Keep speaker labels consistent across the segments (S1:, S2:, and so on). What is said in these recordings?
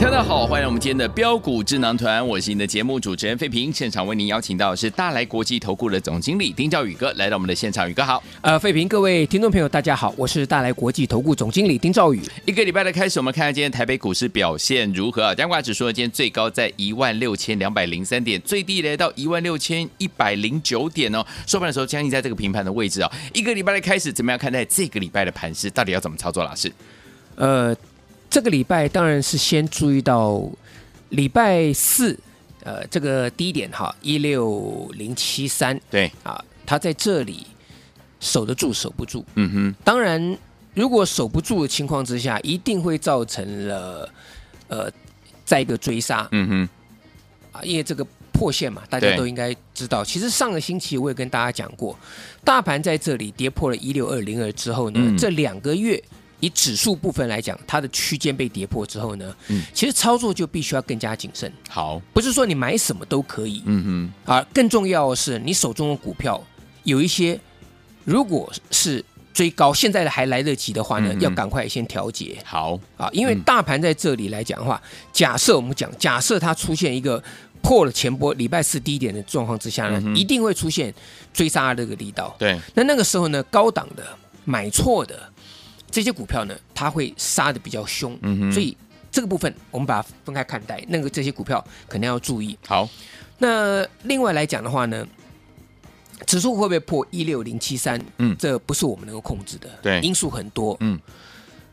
S1: 大家好，欢迎来我们今天的标股智囊团，我是你的节目主持人费平。现场为您邀请到的是大来国际投顾的总经理丁兆宇哥来到我们的现场，宇哥好。
S2: 呃，费平，各位听众朋友，大家好，我是大来国际投顾总经理丁兆宇。
S1: 一个礼拜的开始，我们看看今天台北股市表现如何啊？加挂指数呢，今天最高在一万六千两百零三点，最低来到一万六千一百零九点哦。收盘的时候将近在这个平盘的位置哦。一个礼拜的开始，怎么样看待这个礼拜的盘势？到底要怎么操作？老师，
S2: 呃，这个礼拜当然是先注意到礼拜四，呃，这个低点哈，一六零七三
S1: 对，
S2: 啊，它在这里守得住守不住。
S1: 嗯哼，
S2: 当然，如果守不住的情况之下，一定会造成了呃，再一个追杀
S1: 嗯哼，
S2: 啊，因为这个破线嘛，大家
S1: 对
S2: 都应该知道。其实上个星期我也跟大家讲过，大盘在这里跌破了一六二零二之后呢，
S1: 嗯
S2: 这两个月以指数部分来讲，它的区间被跌破之后呢，
S1: 嗯
S2: 其实操作就必须要更加谨慎，
S1: 好，
S2: 不是说你买什么都可以，
S1: 嗯哼，
S2: 啊，更重要的是，你手中的股票有一些，如果是追高，现在的还来得及的话呢，
S1: 嗯嗯
S2: 要赶快先调节
S1: 好，
S2: 啊，因为
S1: 嗯
S2: 大盘在这里来讲的话，假设我们讲，假设它出现一个破了前波礼拜四低点的状况之下呢，
S1: 嗯哼
S2: 一定会出现追杀的这个力道。
S1: 对，
S2: 那那个时候呢，高档的买错的这些股票呢，它会杀的比较凶，
S1: 嗯哼
S2: 所以这个部分我们把它分开看待，那个这些股票肯定要注意。
S1: 好，
S2: 那另外来讲的话呢，指数会不会破一六零七三？
S1: 嗯
S2: 这不是我们能够控制的，
S1: 对
S2: 因素很多。
S1: 嗯，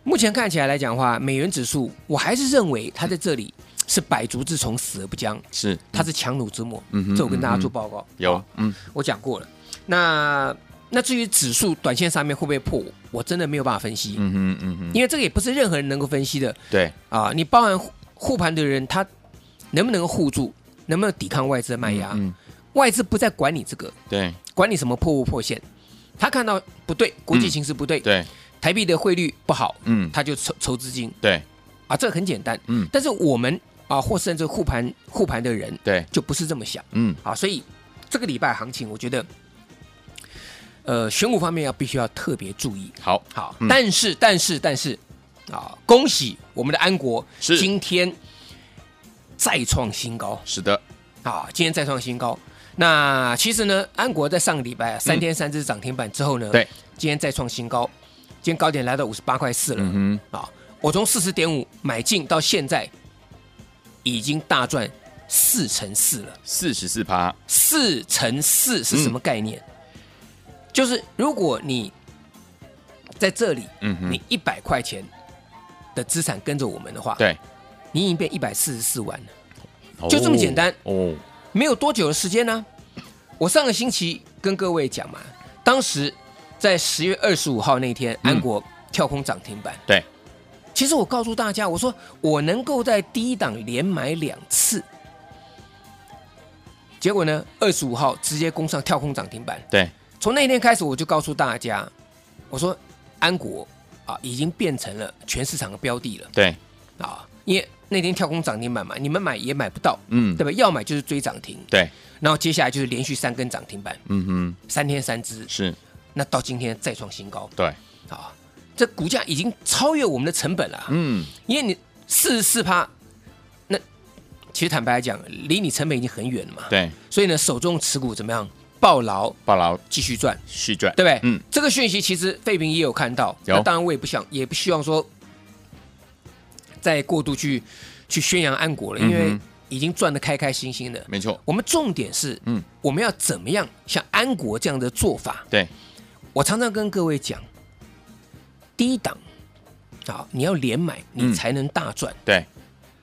S2: 目前看起来来讲的话，美元指数我还是认为它在这里是百足之虫，死而不僵，
S1: 是，
S2: 它是强弩之末。
S1: 嗯哼
S2: 这我跟大家
S1: 嗯
S2: 做
S1: 哼
S2: 报告，
S1: 有，嗯，
S2: 我讲过了。那那至于指数短线上面会不会破，我真的没有办法分析，
S1: 嗯哼，嗯哼，
S2: 因为这个也不是任何人能够分析的。
S1: 对，
S2: 啊，你包含护护盘的人，他能不能够护住，能不能抵抗外资的卖压？
S1: 嗯，嗯
S2: 外资不再管你这个，
S1: 对，
S2: 管你什么破不破线，他看到不对，国际形势不对，
S1: 嗯对，
S2: 台币的汇率不好，
S1: 嗯，
S2: 他就筹筹资金
S1: 对，
S2: 啊，这个很简单。
S1: 嗯，
S2: 但是我们啊，或甚至护盘护盘的人
S1: 对，
S2: 就不是这么想
S1: 嗯，
S2: 啊，所以这个礼拜行情，我觉得，呃，选股方面要必须要特别注意。
S1: 好，
S2: 好，
S1: 嗯
S2: 但是但是但是啊，恭喜我们的安国
S1: 是
S2: 今天再创新高
S1: 是的，
S2: 啊，今天再创新高。那其实呢，安国在上个礼拜啊三天三只涨停板之后呢，
S1: 嗯对，
S2: 今天再创新高，今天高点来到五十八块四了、
S1: 嗯
S2: 啊！我从四十点五买进到现在，已经大赚四乘四了
S1: 哼，。四十四趴，
S2: 四乘四是
S1: 嗯
S2: 什么概念？就是如果你在这里，
S1: 嗯哼
S2: 你一百块钱的资产跟着我们的话，
S1: 对，
S2: 你已经变一百四十四万了，
S1: 哦
S2: 就这么简单
S1: 哦，
S2: 没有多久的时间呢、我上个星期跟各位讲嘛，当时在十月二十五号那天，
S1: 嗯
S2: 安国跳空涨停板，
S1: 对，
S2: 其实我告诉大家，我说我能够在低档连买两次，结果呢，二十五号直接攻上跳空涨停板。
S1: 对，
S2: 从那一天开始，我就告诉大家，我说安国啊，已经变成了全市场的标的了
S1: 对，
S2: 啊，因为那天跳空涨停板嘛，你们买也买不到，
S1: 嗯
S2: 对，吧？要买就是追涨停，
S1: 对，
S2: 然后接下来就是连续三根涨停板，
S1: 嗯哼，
S2: 三天三只，
S1: 是，
S2: 那到今天再创新高
S1: 对，
S2: 啊，这股价已经超越我们的成本了啊，
S1: 嗯，
S2: 因为你四十四趴，那其实坦白来讲，离你成本已经很远了嘛，
S1: 对，
S2: 所以呢，手中持股怎么样？抱牢
S1: 暴劳
S2: 继续赚。
S1: 续赚，
S2: 对不对？
S1: 嗯，
S2: 这个讯息其实费平也有看到，
S1: 有
S2: 那当然我也不想，也不希望说再过度去去宣扬安国了，因为
S1: 嗯哼
S2: 已经赚得开开心心的。
S1: 没错，
S2: 我们重点是，
S1: 嗯
S2: 嗯，我们要怎么样像安国这样的做法？
S1: 对，
S2: 我常常跟各位讲，低档啊，你要连买，
S1: 嗯
S2: 你才能大赚。
S1: 对，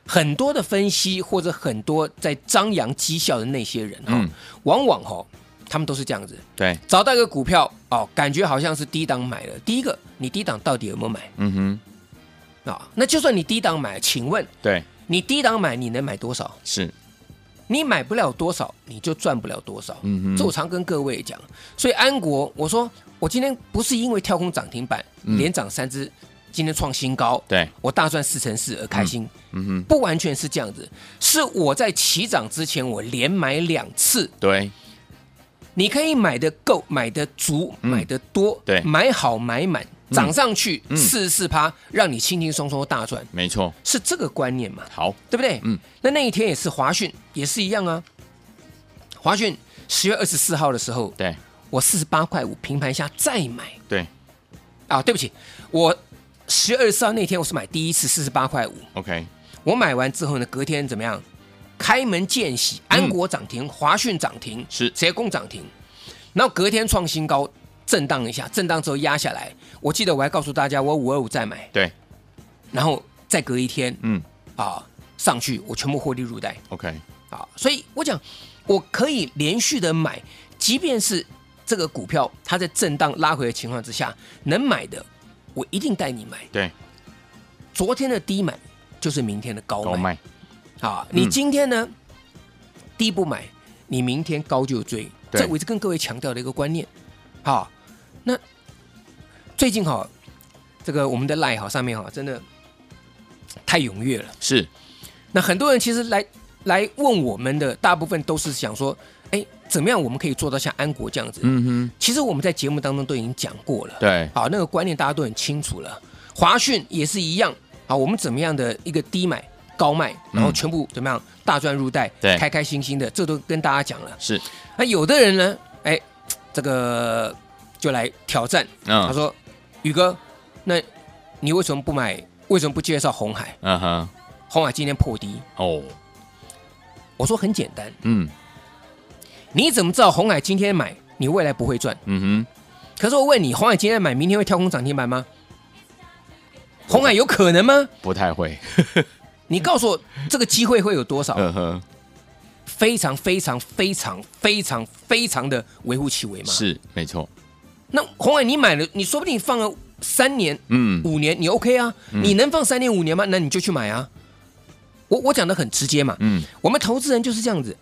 S2: 很多的分析或者很多在张扬绩效的那些人哈、
S1: 嗯
S2: 往往哈、他们都是这样子，
S1: 对，
S2: 找到一个股票哦，感觉好像是低档买了。第一个，你低档到底有没有买
S1: 嗯哼，
S2: 啊、那就算你低档买，请问
S1: 对，
S2: 你低档买，你能买多少？
S1: 是，
S2: 你买不了多少，你就赚不了多少。
S1: 嗯哼
S2: 这我常跟各位讲。所以安国，我说我今天不是因为跳空涨停板，
S1: 嗯
S2: 连涨三只，今天创新高，
S1: 对，
S2: 我大赚四成四而开心，
S1: 嗯哼，
S2: 不完全是这样子，是我在起涨之前我连买两次，
S1: 对，
S2: 你可以买的够，买的足，
S1: 嗯
S2: 买的多，
S1: 对
S2: 买好买满，涨上去
S1: 嗯
S2: 四十四趴，让你轻轻松松大赚，
S1: 没错，
S2: 是这个观念嘛？
S1: 好，
S2: 对不对？
S1: 嗯，
S2: 那那一天也是华讯，也是一样啊。华讯十月二十四号的时候，
S1: 对，
S2: 我四十八块五平盘下再买
S1: 对
S2: 啊，对不起，我十月二十四号那天我是买第一次四十八块五，
S1: ，OK，
S2: 我买完之后呢，隔天怎么样？开门见喜，安国涨停，华讯涨停，
S1: 嗯是
S2: 捷工涨停，然后隔天创新高，震荡一下，震荡之后压下来。我记得我还告诉大家，我五二五再买，
S1: 对，
S2: 然后再隔一天
S1: 嗯
S2: 啊上去，我全部获利入袋
S1: ，OK，
S2: 啊。所以我讲，我可以连续的买，即便是这个股票它在震荡拉回的情况之下，能买的我一定带你买。
S1: 对，
S2: 昨天的低买就是明天的高
S1: 高
S2: 买。
S1: 卖，
S2: 啊，
S1: 嗯
S2: 你今天呢、低不买，你明天高就追，
S1: 对
S2: 这我一直跟各位强调的一个观念。好，那最近哈，这个我们的 line 哈上面哈，真的太踊跃了。
S1: 是，
S2: 那很多人其实来来问我们的，大部分都是想说，哎，怎么样我们可以做到像安国这样子？
S1: 嗯哼，
S2: 其实我们在节目当中都已经讲过了。
S1: 对，
S2: 好，那个观念大家都很清楚了。华讯也是一样，好，我们怎么样的一个低买高卖，然后全部怎么样大赚入袋，
S1: 嗯对
S2: 开开心心的，这都跟大家讲了。
S1: 是，
S2: 那有的人呢，哎，这个就来挑战，他
S1: 嗯，
S2: 说：“宇哥，那你为什么不买？为什么不介绍红海？
S1: 嗯哼，
S2: 红海今天破低。
S1: 哦，”
S2: 我说很简单，
S1: 嗯，
S2: 你怎么知道红海今天买，你未来不会赚？
S1: 嗯哼，
S2: 可是我问你，红海今天买，明天会跳空涨停板吗？红海有可能吗？
S1: 不太会，
S2: 你告诉我这个机会会有多少？
S1: 嗯哼，
S2: 非常非常非常非常非常的微乎其微嘛。。
S1: 是，没错，
S2: 那红海你买了，你说不定放了三年、
S1: 嗯，
S2: 五年，你 OK 啊？你能放三年、五年吗？那你就去买啊。我我讲的很直接嘛，
S1: 嗯，
S2: 我们投资人就是这样子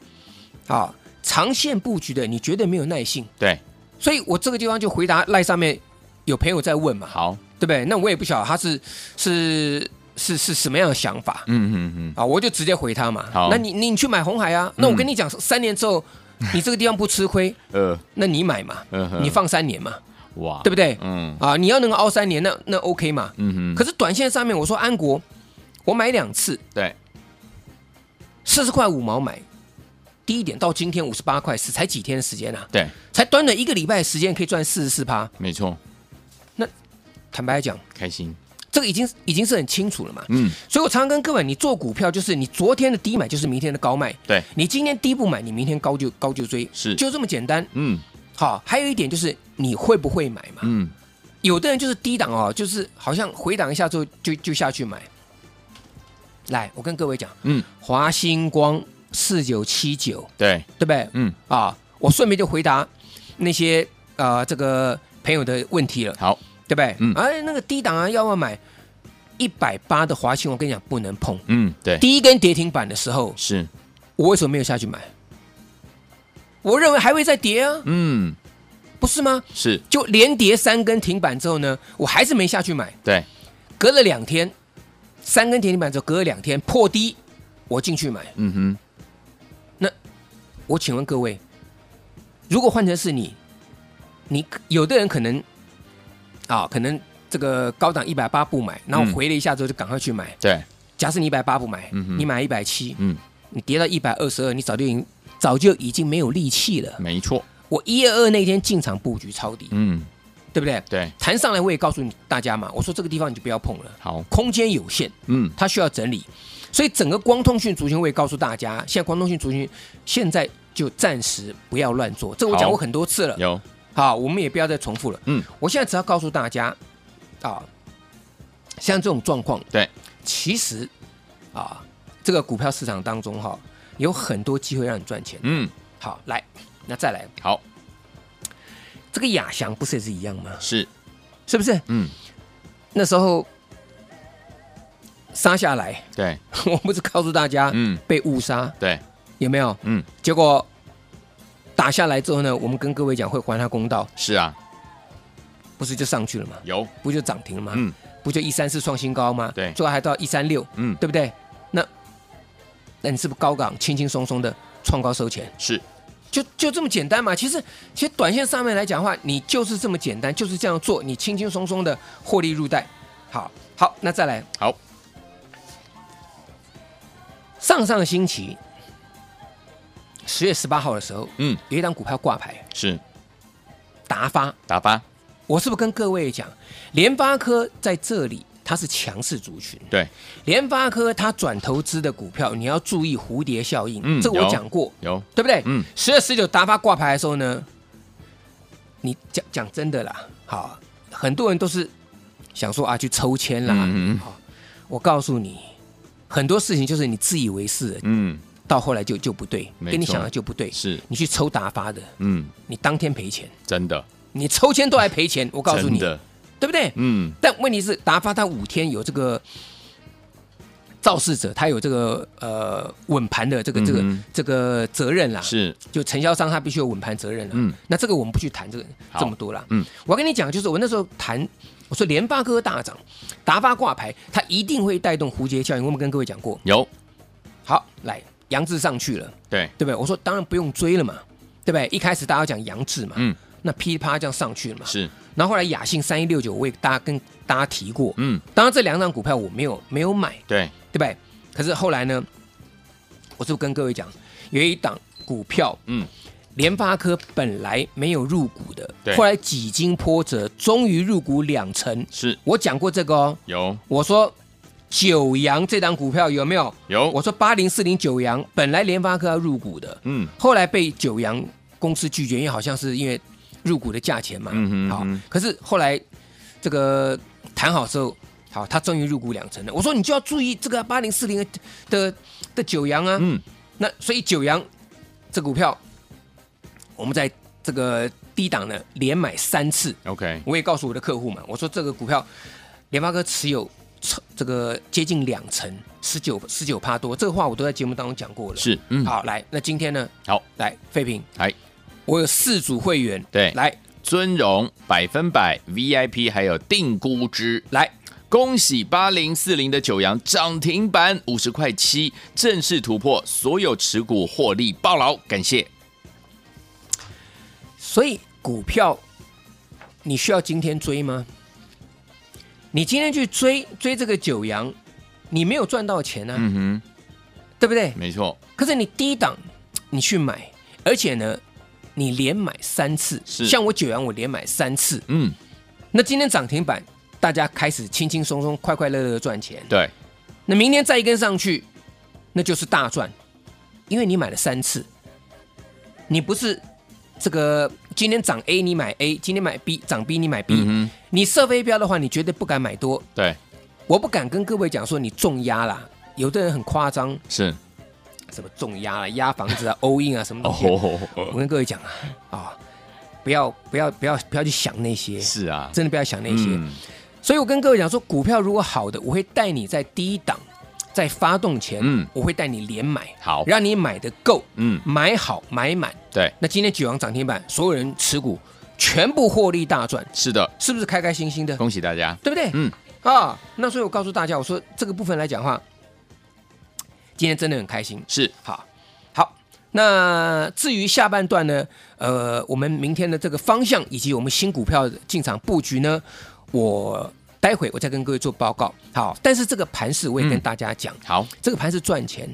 S2: 啊，长线布局的，你绝对没有耐性。
S1: 对，
S2: 所以我这个地方就回答赖上面有朋友在问嘛，
S1: 好，
S2: 对不对？那我也不晓得他是是是是什么样的想法。
S1: 嗯嗯嗯，
S2: 啊，我就直接回他嘛。
S1: 好嗯
S2: 那你你你去买红海啊？那我跟你讲，三年之后你这个地方不吃亏，
S1: 呃，
S2: 那你买嘛
S1: 嗯，哼
S2: 你放三年嘛，
S1: 哇，
S2: 对不对？
S1: 嗯
S2: 啊，你要能够熬三年，那那 OK 嘛。
S1: 嗯
S2: 可
S1: 哼，
S2: 是短线上面，我说安国，我买两次，
S1: 对，
S2: 四十块五毛买，低一点到今天五十八块四，才几天的时间啊？
S1: 对，
S2: 才短短一个礼拜的时间可以赚四十四趴。
S1: 没错，
S2: 坦白讲，
S1: 开心，
S2: 这个已经已经是很清楚了嘛。
S1: 嗯，
S2: 所以我常常跟各位，你做股票就是你昨天的低买就是明天的高卖，
S1: 对，
S2: 你今天低不买，你明天高就高就追，
S1: 是
S2: 就这么简单。
S1: 嗯
S2: 好，还有一点就是你会不会买嘛？
S1: 嗯，
S2: 有的人就是低档哦，就是好像回档一下之后就就下去买。来，我跟各位讲，
S1: 嗯，
S2: 华星光四九七九，
S1: 对，
S2: 对不对？
S1: 嗯，
S2: 啊，我顺便就回答那些呃这个朋友的问题了，
S1: 好，
S2: 对不对？
S1: 嗯
S2: 哎，那个低档啊，要不要买？一百八的华星，我跟你讲不能碰。
S1: 嗯，对，
S2: 第一根跌停板的时候，
S1: 是，
S2: 我为什么没有下去买？我认为还会再跌啊，
S1: 嗯，
S2: 不是吗？
S1: 是，
S2: 就连跌三根停板之后呢，我还是没下去买。
S1: 对，
S2: 隔了两天，三根跌停板之后，隔了两天破低，我进去买。
S1: 嗯哼，
S2: 我请问各位，如果换成是你，你有的人可能啊，可能这个高档一百八不买，然后
S1: 嗯
S2: 回了一下之后就赶快去买。
S1: 对，
S2: 假设你一百八不买，
S1: 嗯哼
S2: 你买一百七，
S1: 嗯，
S2: 你跌到一百二十二，你早就已经早就已经没有力气了。
S1: 没错，
S2: 我一二二那天进场布局抄底，
S1: 嗯，
S2: 对不对？
S1: 对，
S2: 弹上来我也告诉你大家嘛，我说这个地方你就不要碰了，
S1: 好，
S2: 空间有限，
S1: 嗯，
S2: 它需要整理。所以整个光通讯族群，我也告诉大家，现在光通讯族群现在就暂时不要乱做，这个我
S1: 好
S2: 讲过很多次了。
S1: 有，
S2: 好，我们也不要再重复了。
S1: 嗯，
S2: 我现在只要告诉大家，啊，像这种状况，
S1: 对，
S2: 其实啊，这个股票市场当中哈，有很多机会让你赚钱。
S1: 嗯，
S2: 好，来，那再来，
S1: 好，
S2: 这个亚翔不是也是一样吗？
S1: 是，
S2: 是不是？
S1: 嗯，
S2: 那时候杀下来，
S1: 对，
S2: 我不是告诉大家，
S1: 嗯，
S2: 被误杀
S1: 对，
S2: 有没有？
S1: 嗯，
S2: 结果打下来之后呢，我们跟各位讲会还他公道，
S1: 是啊，
S2: 不是就上去了吗？
S1: 有，
S2: 不就涨停了吗？
S1: 嗯，
S2: 不就一三四创新高吗？
S1: 对
S2: 最后还到一三六，
S1: 嗯，
S2: 对不对？那那你是不是高港轻轻松松的创高收钱？
S1: 是，
S2: 就就这么简单嘛？其实其实短线上面来讲的话，你就是这么简单，就是这样做，你轻轻松松的获利入袋。好，好，那再来
S1: 好，
S2: 上上星期十月十八号的时候，
S1: 嗯，
S2: 有一档股票挂牌
S1: 是，
S2: 达发，
S1: 打发，
S2: 我是不是跟各位讲，联发科在这里它是强势族群？
S1: 对，
S2: 联发科它转投资的股票，你要注意蝴蝶效应，
S1: 嗯
S2: 这个我
S1: 有
S2: 讲过，
S1: 有，
S2: 对不对？
S1: 嗯，
S2: 十月十九达发挂牌的时候呢，你讲讲真的啦，好，很多人都是想说啊去抽签啦，
S1: 嗯嗯嗯
S2: 好，我告诉你，很多事情就是你自以为是，
S1: 嗯，
S2: 到后来就就不对，
S1: 没错
S2: 跟你想的就不对，
S1: 是，
S2: 你去抽达发的，
S1: 嗯，
S2: 你当天赔钱，
S1: 真的，
S2: 你抽签都还赔钱，我告诉
S1: 真
S2: 你，
S1: 的，
S2: 对不对？
S1: 嗯，
S2: 但问题是，达发他五天有这个肇事者，他有这个呃稳盘的这个这个、
S1: 嗯哼
S2: 这个责任啦。，
S1: 是，
S2: 就承销商他必须有稳盘责任啦。
S1: 嗯，
S2: 那这个我们不去谈这个
S1: 好
S2: 这么多啦。
S1: 嗯，
S2: 我跟你讲，就是我那时候谈，我说联发科大涨，达发挂牌，它一定会带动蝴蝶效应。我们跟各位讲过，
S1: 有，
S2: 好，来杨志上去了，
S1: 对，
S2: 对不对？我说当然不用追了嘛，对不对？一开始大家讲杨志嘛，
S1: 嗯，
S2: 那噼里啪啦这样上去了嘛，
S1: 是，
S2: 然后后来雅信三一六九，我也大家跟大家提过，
S1: 嗯，
S2: 当然这两张股票我没有没有买，
S1: 对，
S2: 对不对？可是后来呢，我是不是跟各位讲，有一档股票
S1: 嗯，
S2: 联发科本来没有入股
S1: 对
S2: 的，后来几经波折，终于入股两成。
S1: 是，
S2: 我讲过这个哦，
S1: 有，
S2: 我说九阳这档股票有没有？
S1: 有，
S2: 我说八零四零九阳本来联发科要入股的，
S1: 嗯，
S2: 后来被九阳公司拒绝，因为好像是因为入股的价钱嘛。
S1: 嗯哼嗯
S2: 好
S1: 哼，
S2: 可是后来这个谈好之后，好，他终于入股两成了。我说你就要注意这个八零四零的的九阳啊。
S1: 嗯，
S2: 那所以九阳这股票，我们在这个低档呢连买三次。
S1: ，OK，
S2: 我也告诉我的客户嘛，我说这个股票联发科持有超这个接近两成，十九十九趴多，这个话我都在节目当中讲过了。
S1: 是，嗯，
S2: 好，来，那今天呢？
S1: 好，
S2: 来，废品，
S1: 来，
S2: 我有四组会员，
S1: 对
S2: 来
S1: 尊荣百分百 VIP，还有定估值
S2: 来，
S1: 恭喜八零四零的九阳涨停板五十块七，正式突破所有持股获利暴牢，感谢。
S2: 所以股票你需要今天追吗？你今天去追追这个九阳，你没有赚到钱啊，
S1: 嗯
S2: 对不对
S1: 哼，？没错，
S2: 可是你低档你去买，而且呢，你连买三次，
S1: 是
S2: 像我九阳我连买三次，
S1: 嗯，
S2: 那今天涨停板大家开始轻轻松松、快快乐乐的赚钱，
S1: 对，
S2: 那明天再一根上去，那就是大赚，因为你买了三次，你不是这个今天涨 A 你买 A，今天买 B 涨 B 你买 B，、
S1: 嗯哼，
S2: 你设飞镖的话，你绝对不敢买多。
S1: 对，
S2: 我不敢跟各位讲说你重压啦，有的人很夸张，
S1: 是，
S2: 什么重压啦、压房 子啊、all in 啊什么东西。
S1: 哦
S2: 我跟各位讲啊，啊、不要不要不要不要去想那些，
S1: 是啊，
S2: 真的不要想那些。
S1: 嗯
S2: 所以我跟各位讲说，股票如果好的，我会带你在低档，在发动前，
S1: 嗯
S2: 我会带你连买，
S1: 好，
S2: 让你买的够，
S1: 嗯，
S2: 买好买满。
S1: 对，
S2: 那今天九阳涨停板，所有人持股全部获利大赚，
S1: 是的，
S2: 是不是开开心心的？
S1: 恭喜大家，
S2: 对不对？
S1: 嗯，
S2: 啊，那所以我告诉大家，我说这个部分来讲的话，今天真的很开心。
S1: 是，
S2: 好，好。那至于下半段呢，呃，我们明天的这个方向以及我们新股票的进场布局呢，我待会我再跟各位做报告。好，但是这个盘势我也跟
S1: 嗯
S2: 大家讲，
S1: 好，
S2: 这个盘是赚钱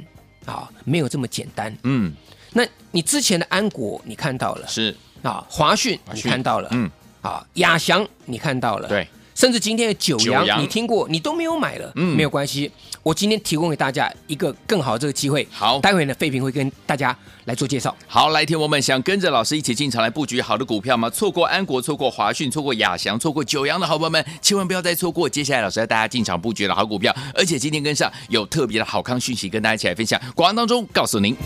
S2: 啊，没有这么简单。
S1: 嗯，
S2: 那你之前的安国你看到了
S1: 是，
S2: 啊，华讯
S1: 华
S2: 你
S1: 讯
S2: 看到了，
S1: 嗯，
S2: 啊，亚翔你看到了，
S1: 对，
S2: 甚至今天的九阳，
S1: 九阳
S2: 你听过，你都没有买了，
S1: 嗯
S2: 没有关系，我今天提供给大家一个更好的这个机会。
S1: 好
S2: 待会呢，废品会跟大家来做介绍。
S1: 好，来，听我们想跟着老师一起进场来布局好的股票吗？错过安国，错过华讯，错过亚翔，错过九阳的好朋友们，千万不要再错过。接下来老师带大家进场布局的好股票，而且今天跟上有特别的好康讯息跟大家一起来分享。广告当中告诉您。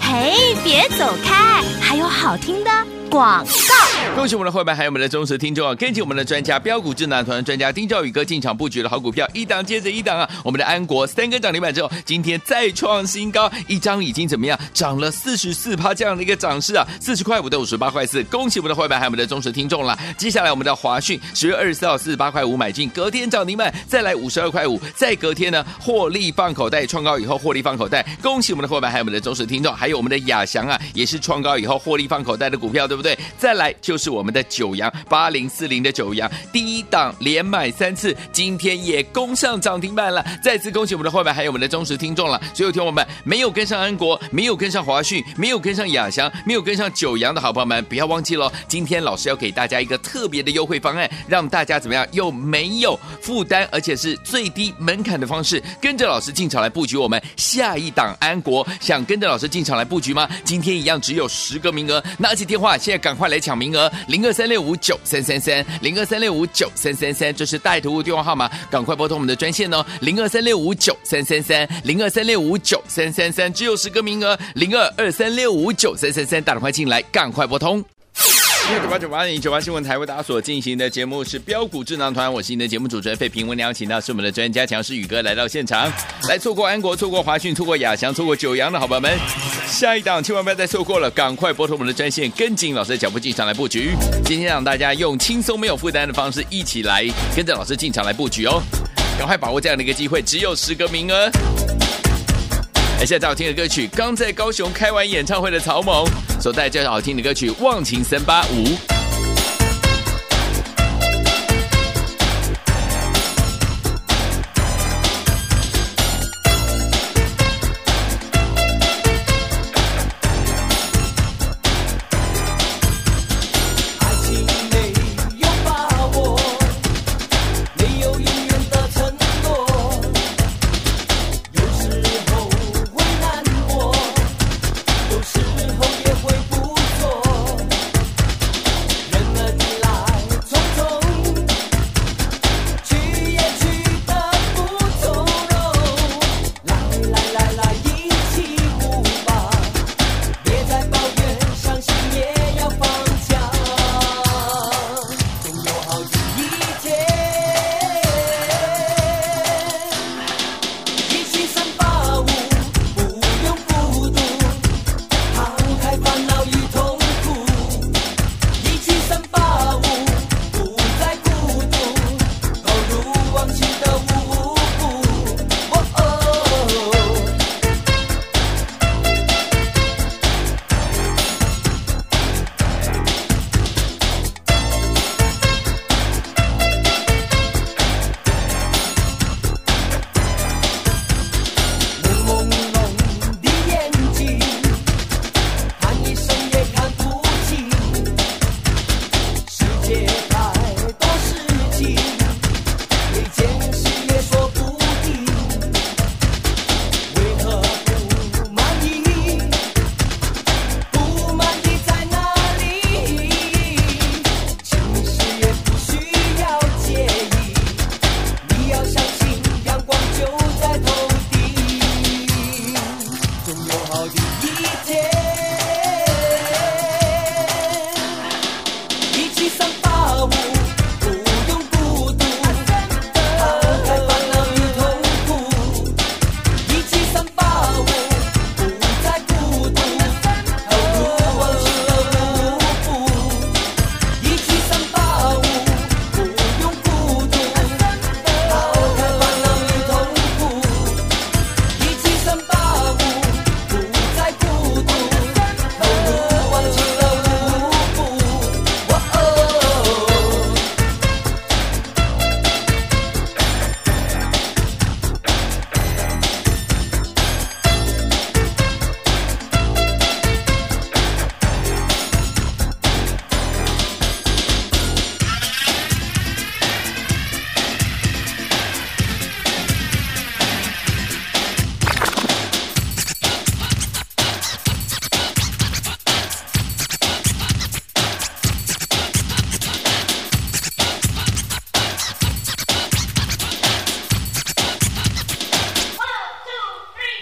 S3: 嘿，别走开，还有好听的广告。
S1: 恭喜我们的会员，还有我们的忠实听众啊！跟紧我们的专家标股智囊团专家丁兆宇哥进场布局的好股票，一档接着一档啊！我们的安国三根涨停板之后，今天再创新高，一张已经怎么样？涨了四十四趴这样的一个涨势啊，四十块五到五十八块四。恭喜我们的会员，还有我们的忠实听众啦！接下来我们的华讯十月二十四号四十八块五买进，隔天涨停板再来五十二块五，再隔天呢获利放口袋创高以后获利放口袋，恭喜我们的会员，还有我们的忠实听众，还有我们的亚翔啊，也是创高以后获利放口袋的股票，对不对？再来就是我们的九阳八零四零的九阳，第一档连买三次，今天也攻上涨停板了。再次恭喜我们的会员，还有我们的忠实听众了。所有听友们没有跟上安国，没有跟上华讯，没有跟上亚翔，没有跟上九阳的好朋友们，不要忘记喽，今天老师要给大家一个特别的优惠方案，让大家怎么样又没有负担，而且是最低门槛的方式，跟着老师进场来布局我们下一档安国。想跟着老师进场来布局吗？今天一样只有十个名额，拿起电话现在赶快来抢名额，零二三六五九三三三，零二三六五九三三三，这是带图物电话号码，赶快拨通我们的专线哦，零二三六五九三三三，零二三六五九三三三，只有十个名额，零二二三六五九三三三，打电话进来，赶快拨通。六九八九八零九八新闻台为大家所进行的节目是标股智囊团，我是你的节目主持人费平。我们邀请到是我们的专家强势宇哥来到现场，来错过安国、错过华讯、错过亚翔、错过九阳的好朋友们，下一档千万不要再错过了，赶快拨通我们的专线，跟紧老师的脚步进场来布局。今天让大家用轻松没有负担的方式，一起来跟着老师进场来布局哦，赶快把握这样的一个机会，只有十个名额。而现在最好听的歌曲，刚在高雄开完演唱会的曹猛所带来最好听的歌曲《忘情三八五》。
S4: 爱情没有把握，没有永远的承诺，有时候会难过，有时候也会不错。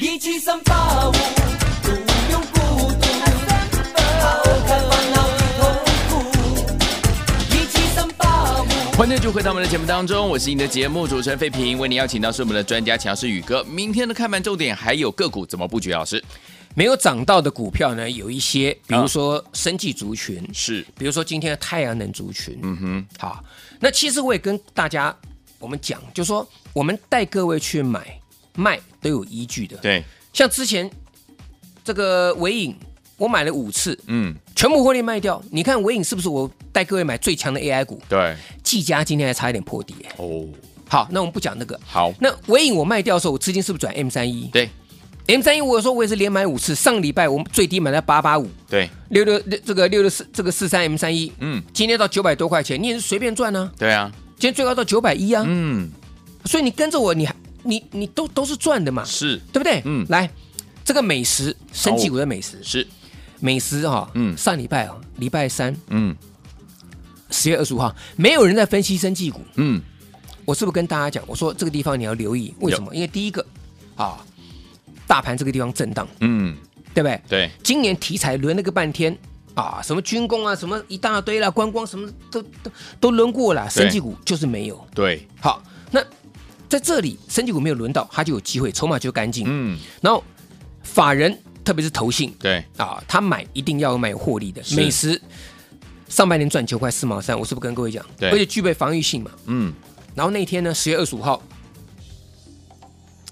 S4: 一起三八舞，不用孤独，抛开烦恼与痛苦，一起三八舞。
S1: 欢迎就回到我们的节目当中，我是你的节目主持人费平，为你邀请到是我们的专家强势宇哥。明天的看盘重点还有个股怎么布局，老师
S2: 没有涨到的股票呢，有一些，比如说生技族群，
S1: 是
S2: 比如说今天的太阳能族群，嗯哼，好，那其实我也跟大家我们讲，就说我们带各位去买卖都有依据的，，
S1: 对，
S2: 像之前这个尾影，我买了五次，
S1: 嗯，
S2: 全部获利卖掉，你看尾影是不是我带各位买最强的 AI 股？
S1: 对，
S2: 技嘉今天还差一点破底耶，
S1: 哦，
S2: 好，那我们不讲那个。
S1: 好，
S2: 那尾影我卖掉的时候，我资金是不是转 M 三一
S1: 对
S2: ？M 三一我有时候我也是连买五次，上礼拜我们最低买到八八五，
S1: 对，啊
S2: 六六六这个六六四这个四三 M 三一，
S1: 嗯，
S2: 今天到九百多块钱，你也是随便赚啊，
S1: 对啊，
S2: 今天最高到九百一啊，
S1: 嗯，
S2: 所以你跟着我，你还你你都都是赚的嘛，
S1: 是
S2: 对不对？
S1: 嗯
S2: 来这个美食，生技股的美食，
S1: 是，
S2: 美食哈、
S1: 嗯
S2: 上礼拜啊、礼拜三
S1: 嗯
S2: 十月二十五号，没有人在分析生技股，
S1: 嗯，
S2: 我是不是跟大家讲，我说这个地方你要留意，为什么？因为第一个啊，大盘这个地方震荡，
S1: 嗯，
S2: 对不对？
S1: 对，
S2: 今年题材轮了个半天啊，什么军工啊，什么一大堆啦，观光什么都都都轮过了，
S1: 对
S2: 生技股就是没有。
S1: 对，
S2: 好，那在这里生技股没有轮到，它就有机会，筹码就干净。
S1: 嗯，
S2: 然后法人特别是投信
S1: 对，
S2: 啊，他买一定要买有获利的
S1: 是
S2: 美食。上半年赚九块四毛三，我是不是跟各位讲？
S1: 对
S2: 而且具备防御性嘛。
S1: 嗯，
S2: 然后那天呢，十月二十五号，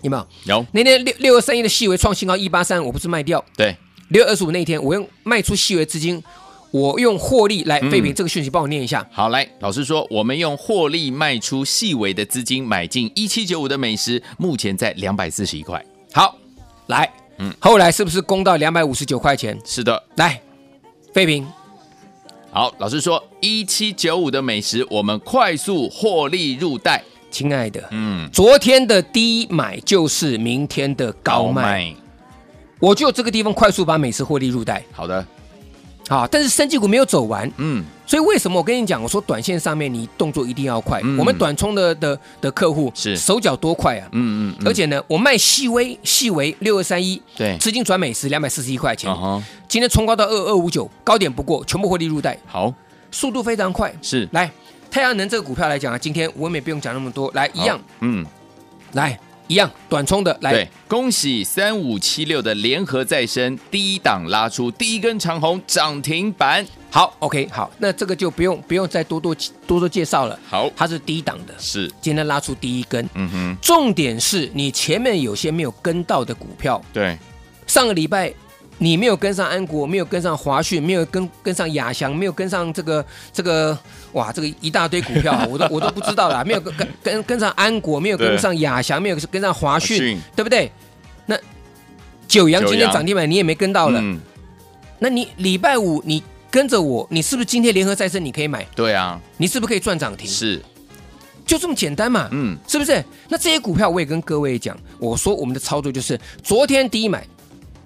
S2: 有没有？
S1: 有，
S2: 那天六六二三一的细微创新高一八三，我不是卖掉，
S1: 对，
S2: 六月二十五那一天，我用卖出细微资金，我用获利来
S1: 嗯
S2: 废品这个讯息，帮我念一下。
S1: 好，来，老师说，我们用获利卖出细微的资金，买进一七九五的美食，目前在两百四十一块。
S2: 好，来，
S1: 嗯
S2: 后来是不是攻到两百五十九块钱？
S1: 是的，
S2: 来，废品，
S1: 好，老师说一七九五的美食，我们快速获利入袋。
S2: 亲爱的，
S1: 嗯，
S2: 昨天的低买就是明天的高卖，，我就这个地方快速把美食获利入袋。
S1: 好的，
S2: 好，但是生技股没有走完，
S1: 嗯，
S2: 所以为什么我跟你讲，我说短线上面你动作一定要快。
S1: 嗯
S2: 我们短冲的的的客户
S1: 是
S2: 手脚多快啊！
S1: 嗯嗯嗯，
S2: 而且呢，我卖细微细微六二三一，
S1: 对
S2: 资金转美食两百四十一块钱
S1: 啊，哈，
S2: 今天冲高到二二五九，高点不过，全部获利入袋，
S1: 好，
S2: 速度非常快。
S1: 是
S2: 来，太阳能这个股票来讲啊，今天我们也不用讲那么多，来一样
S1: 好，嗯，
S2: 来一样短冲的来
S1: 对，，恭喜三五七六的联合再生低档拉出第一根长红涨停板，
S2: 好，OK，好，那这个就不用不用再多多多多介绍了，
S1: 好，
S2: 它是低档的，
S1: 是，
S2: 今天拉出第一根。
S1: 嗯哼，
S2: 重点是你前面有些没有跟到的股票，
S1: 对，
S2: 上个礼拜你没有跟上安国，没有跟上华讯，没有跟跟上亚翔，没有跟上这个这个哇，这个一大堆股票、啊，我都我都不知道啦，没有跟跟跟跟上安国，没有
S1: 对
S2: 跟上亚翔，没有跟上华
S1: 华
S2: 讯
S1: 讯，
S2: 对不对？那九阳今
S1: 九
S2: 天
S1: 阳
S2: 涨停板你也没跟到了，
S1: 嗯，
S2: 那你礼拜五你跟着我，你是不是今天联合再生你可以买？
S1: 对啊，
S2: 你是不是可以赚涨停？
S1: 是，
S2: 就这么简单嘛，
S1: 嗯，
S2: 是不是？那这些股票我也跟各位讲，我说我们的操作就是昨天低买，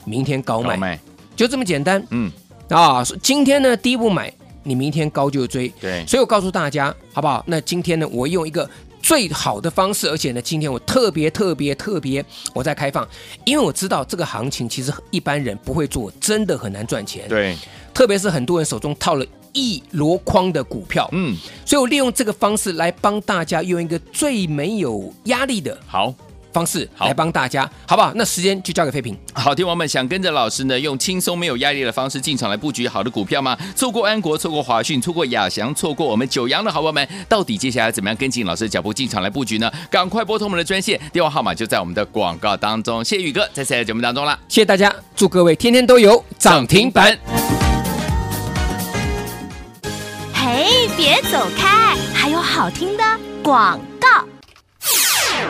S2: 明天高卖，
S1: 卖，
S2: 就这么简单。
S1: 嗯，
S2: 啊，所以今天呢低不买，你明天高就追。
S1: 对，
S2: 所以我告诉大家，好不好？那今天呢，我用一个最好的方式，而且呢，今天我特别特别特别，我在开放，因为我知道这个行情其实一般人不会做，真的很难赚钱。，
S1: 对，
S2: 特别是很多人手中套了一箩筐的股票，
S1: 嗯，
S2: 所以我利用这个方式来帮大家用一个最没有压力的
S1: 好。
S2: 方式
S1: 好
S2: 来帮大家，好不好？那时间就交给废品。
S1: 好，听众朋友们想跟着老师呢，用轻松没有压力的方式进场来布局好的股票吗？错过安国，错过华讯，错过亚翔，错过我们九阳的好朋友们，到底接下来怎么样跟进老师的脚步进场来布局呢？赶快拨通我们的专线，电话号码就在我们的广告当中。谢谢宇哥在现在节目当中啦。
S2: 谢谢大家，祝各位天天都有涨停板。
S3: 嘿，别走开，还有好听的广告。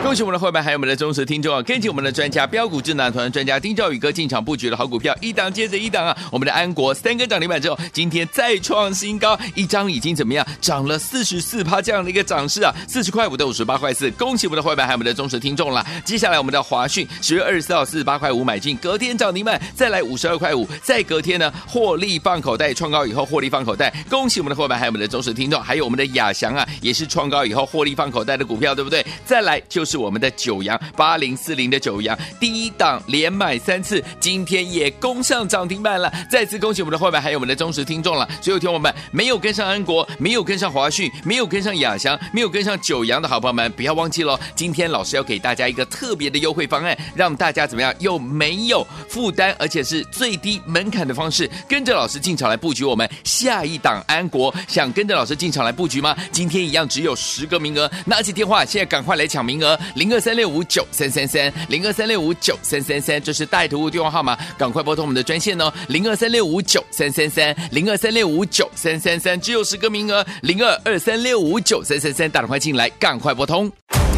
S1: 恭喜我们的会员，还有我们的忠实听众啊！跟紧我们的专家标股智囊团专家丁兆宇哥进场布局的好股票，一档接着一档啊！我们的安国三根涨停板之后，今天再创新高，一张已经怎么样？涨了四十四趴这样的一个涨势啊，四十块五到五十八块四。恭喜我们的会员，还有我们的忠实听众啦！接下来我们的华讯十月二十四号四十八块五买进，隔天涨停板再来五十二块五，再隔天呢获利放口袋创高以后获利放口袋，恭喜我们的伙伴，还有我们的忠实听众，还有我们的亚翔啊，也是创高以后获利放口袋的股票，对不对？再来就。就是我们的九阳八零四零的九阳，第一档连买三次，今天也攻上涨停板了。再次恭喜我们的会员，还有我们的忠实听众了。所有听我们没有跟上安国，没有跟上华讯，没有跟上亚翔，没有跟上九阳的好朋友们，不要忘记喽，今天老师要给大家一个特别的优惠方案，让大家怎么样又没有负担，而且是最低门槛的方式，跟着老师进场来布局我们下一档安国。想跟着老师进场来布局吗？今天一样只有十个名额，拿起电话现在赶快来抢名额，零二三六五九三三三，零二三六五九三三三，这是带图电话号码，赶快拨通我们的专线哦，零二三六五九三三三，零二三六五九三三三，只有十个名额，零二二三六五九三三三，打电话进来，赶快拨通。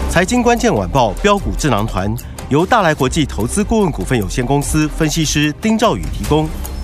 S5: 财经关键晚报标股智囊团由大来国际投资顾问股份有限公司分析师丁兆宇提供。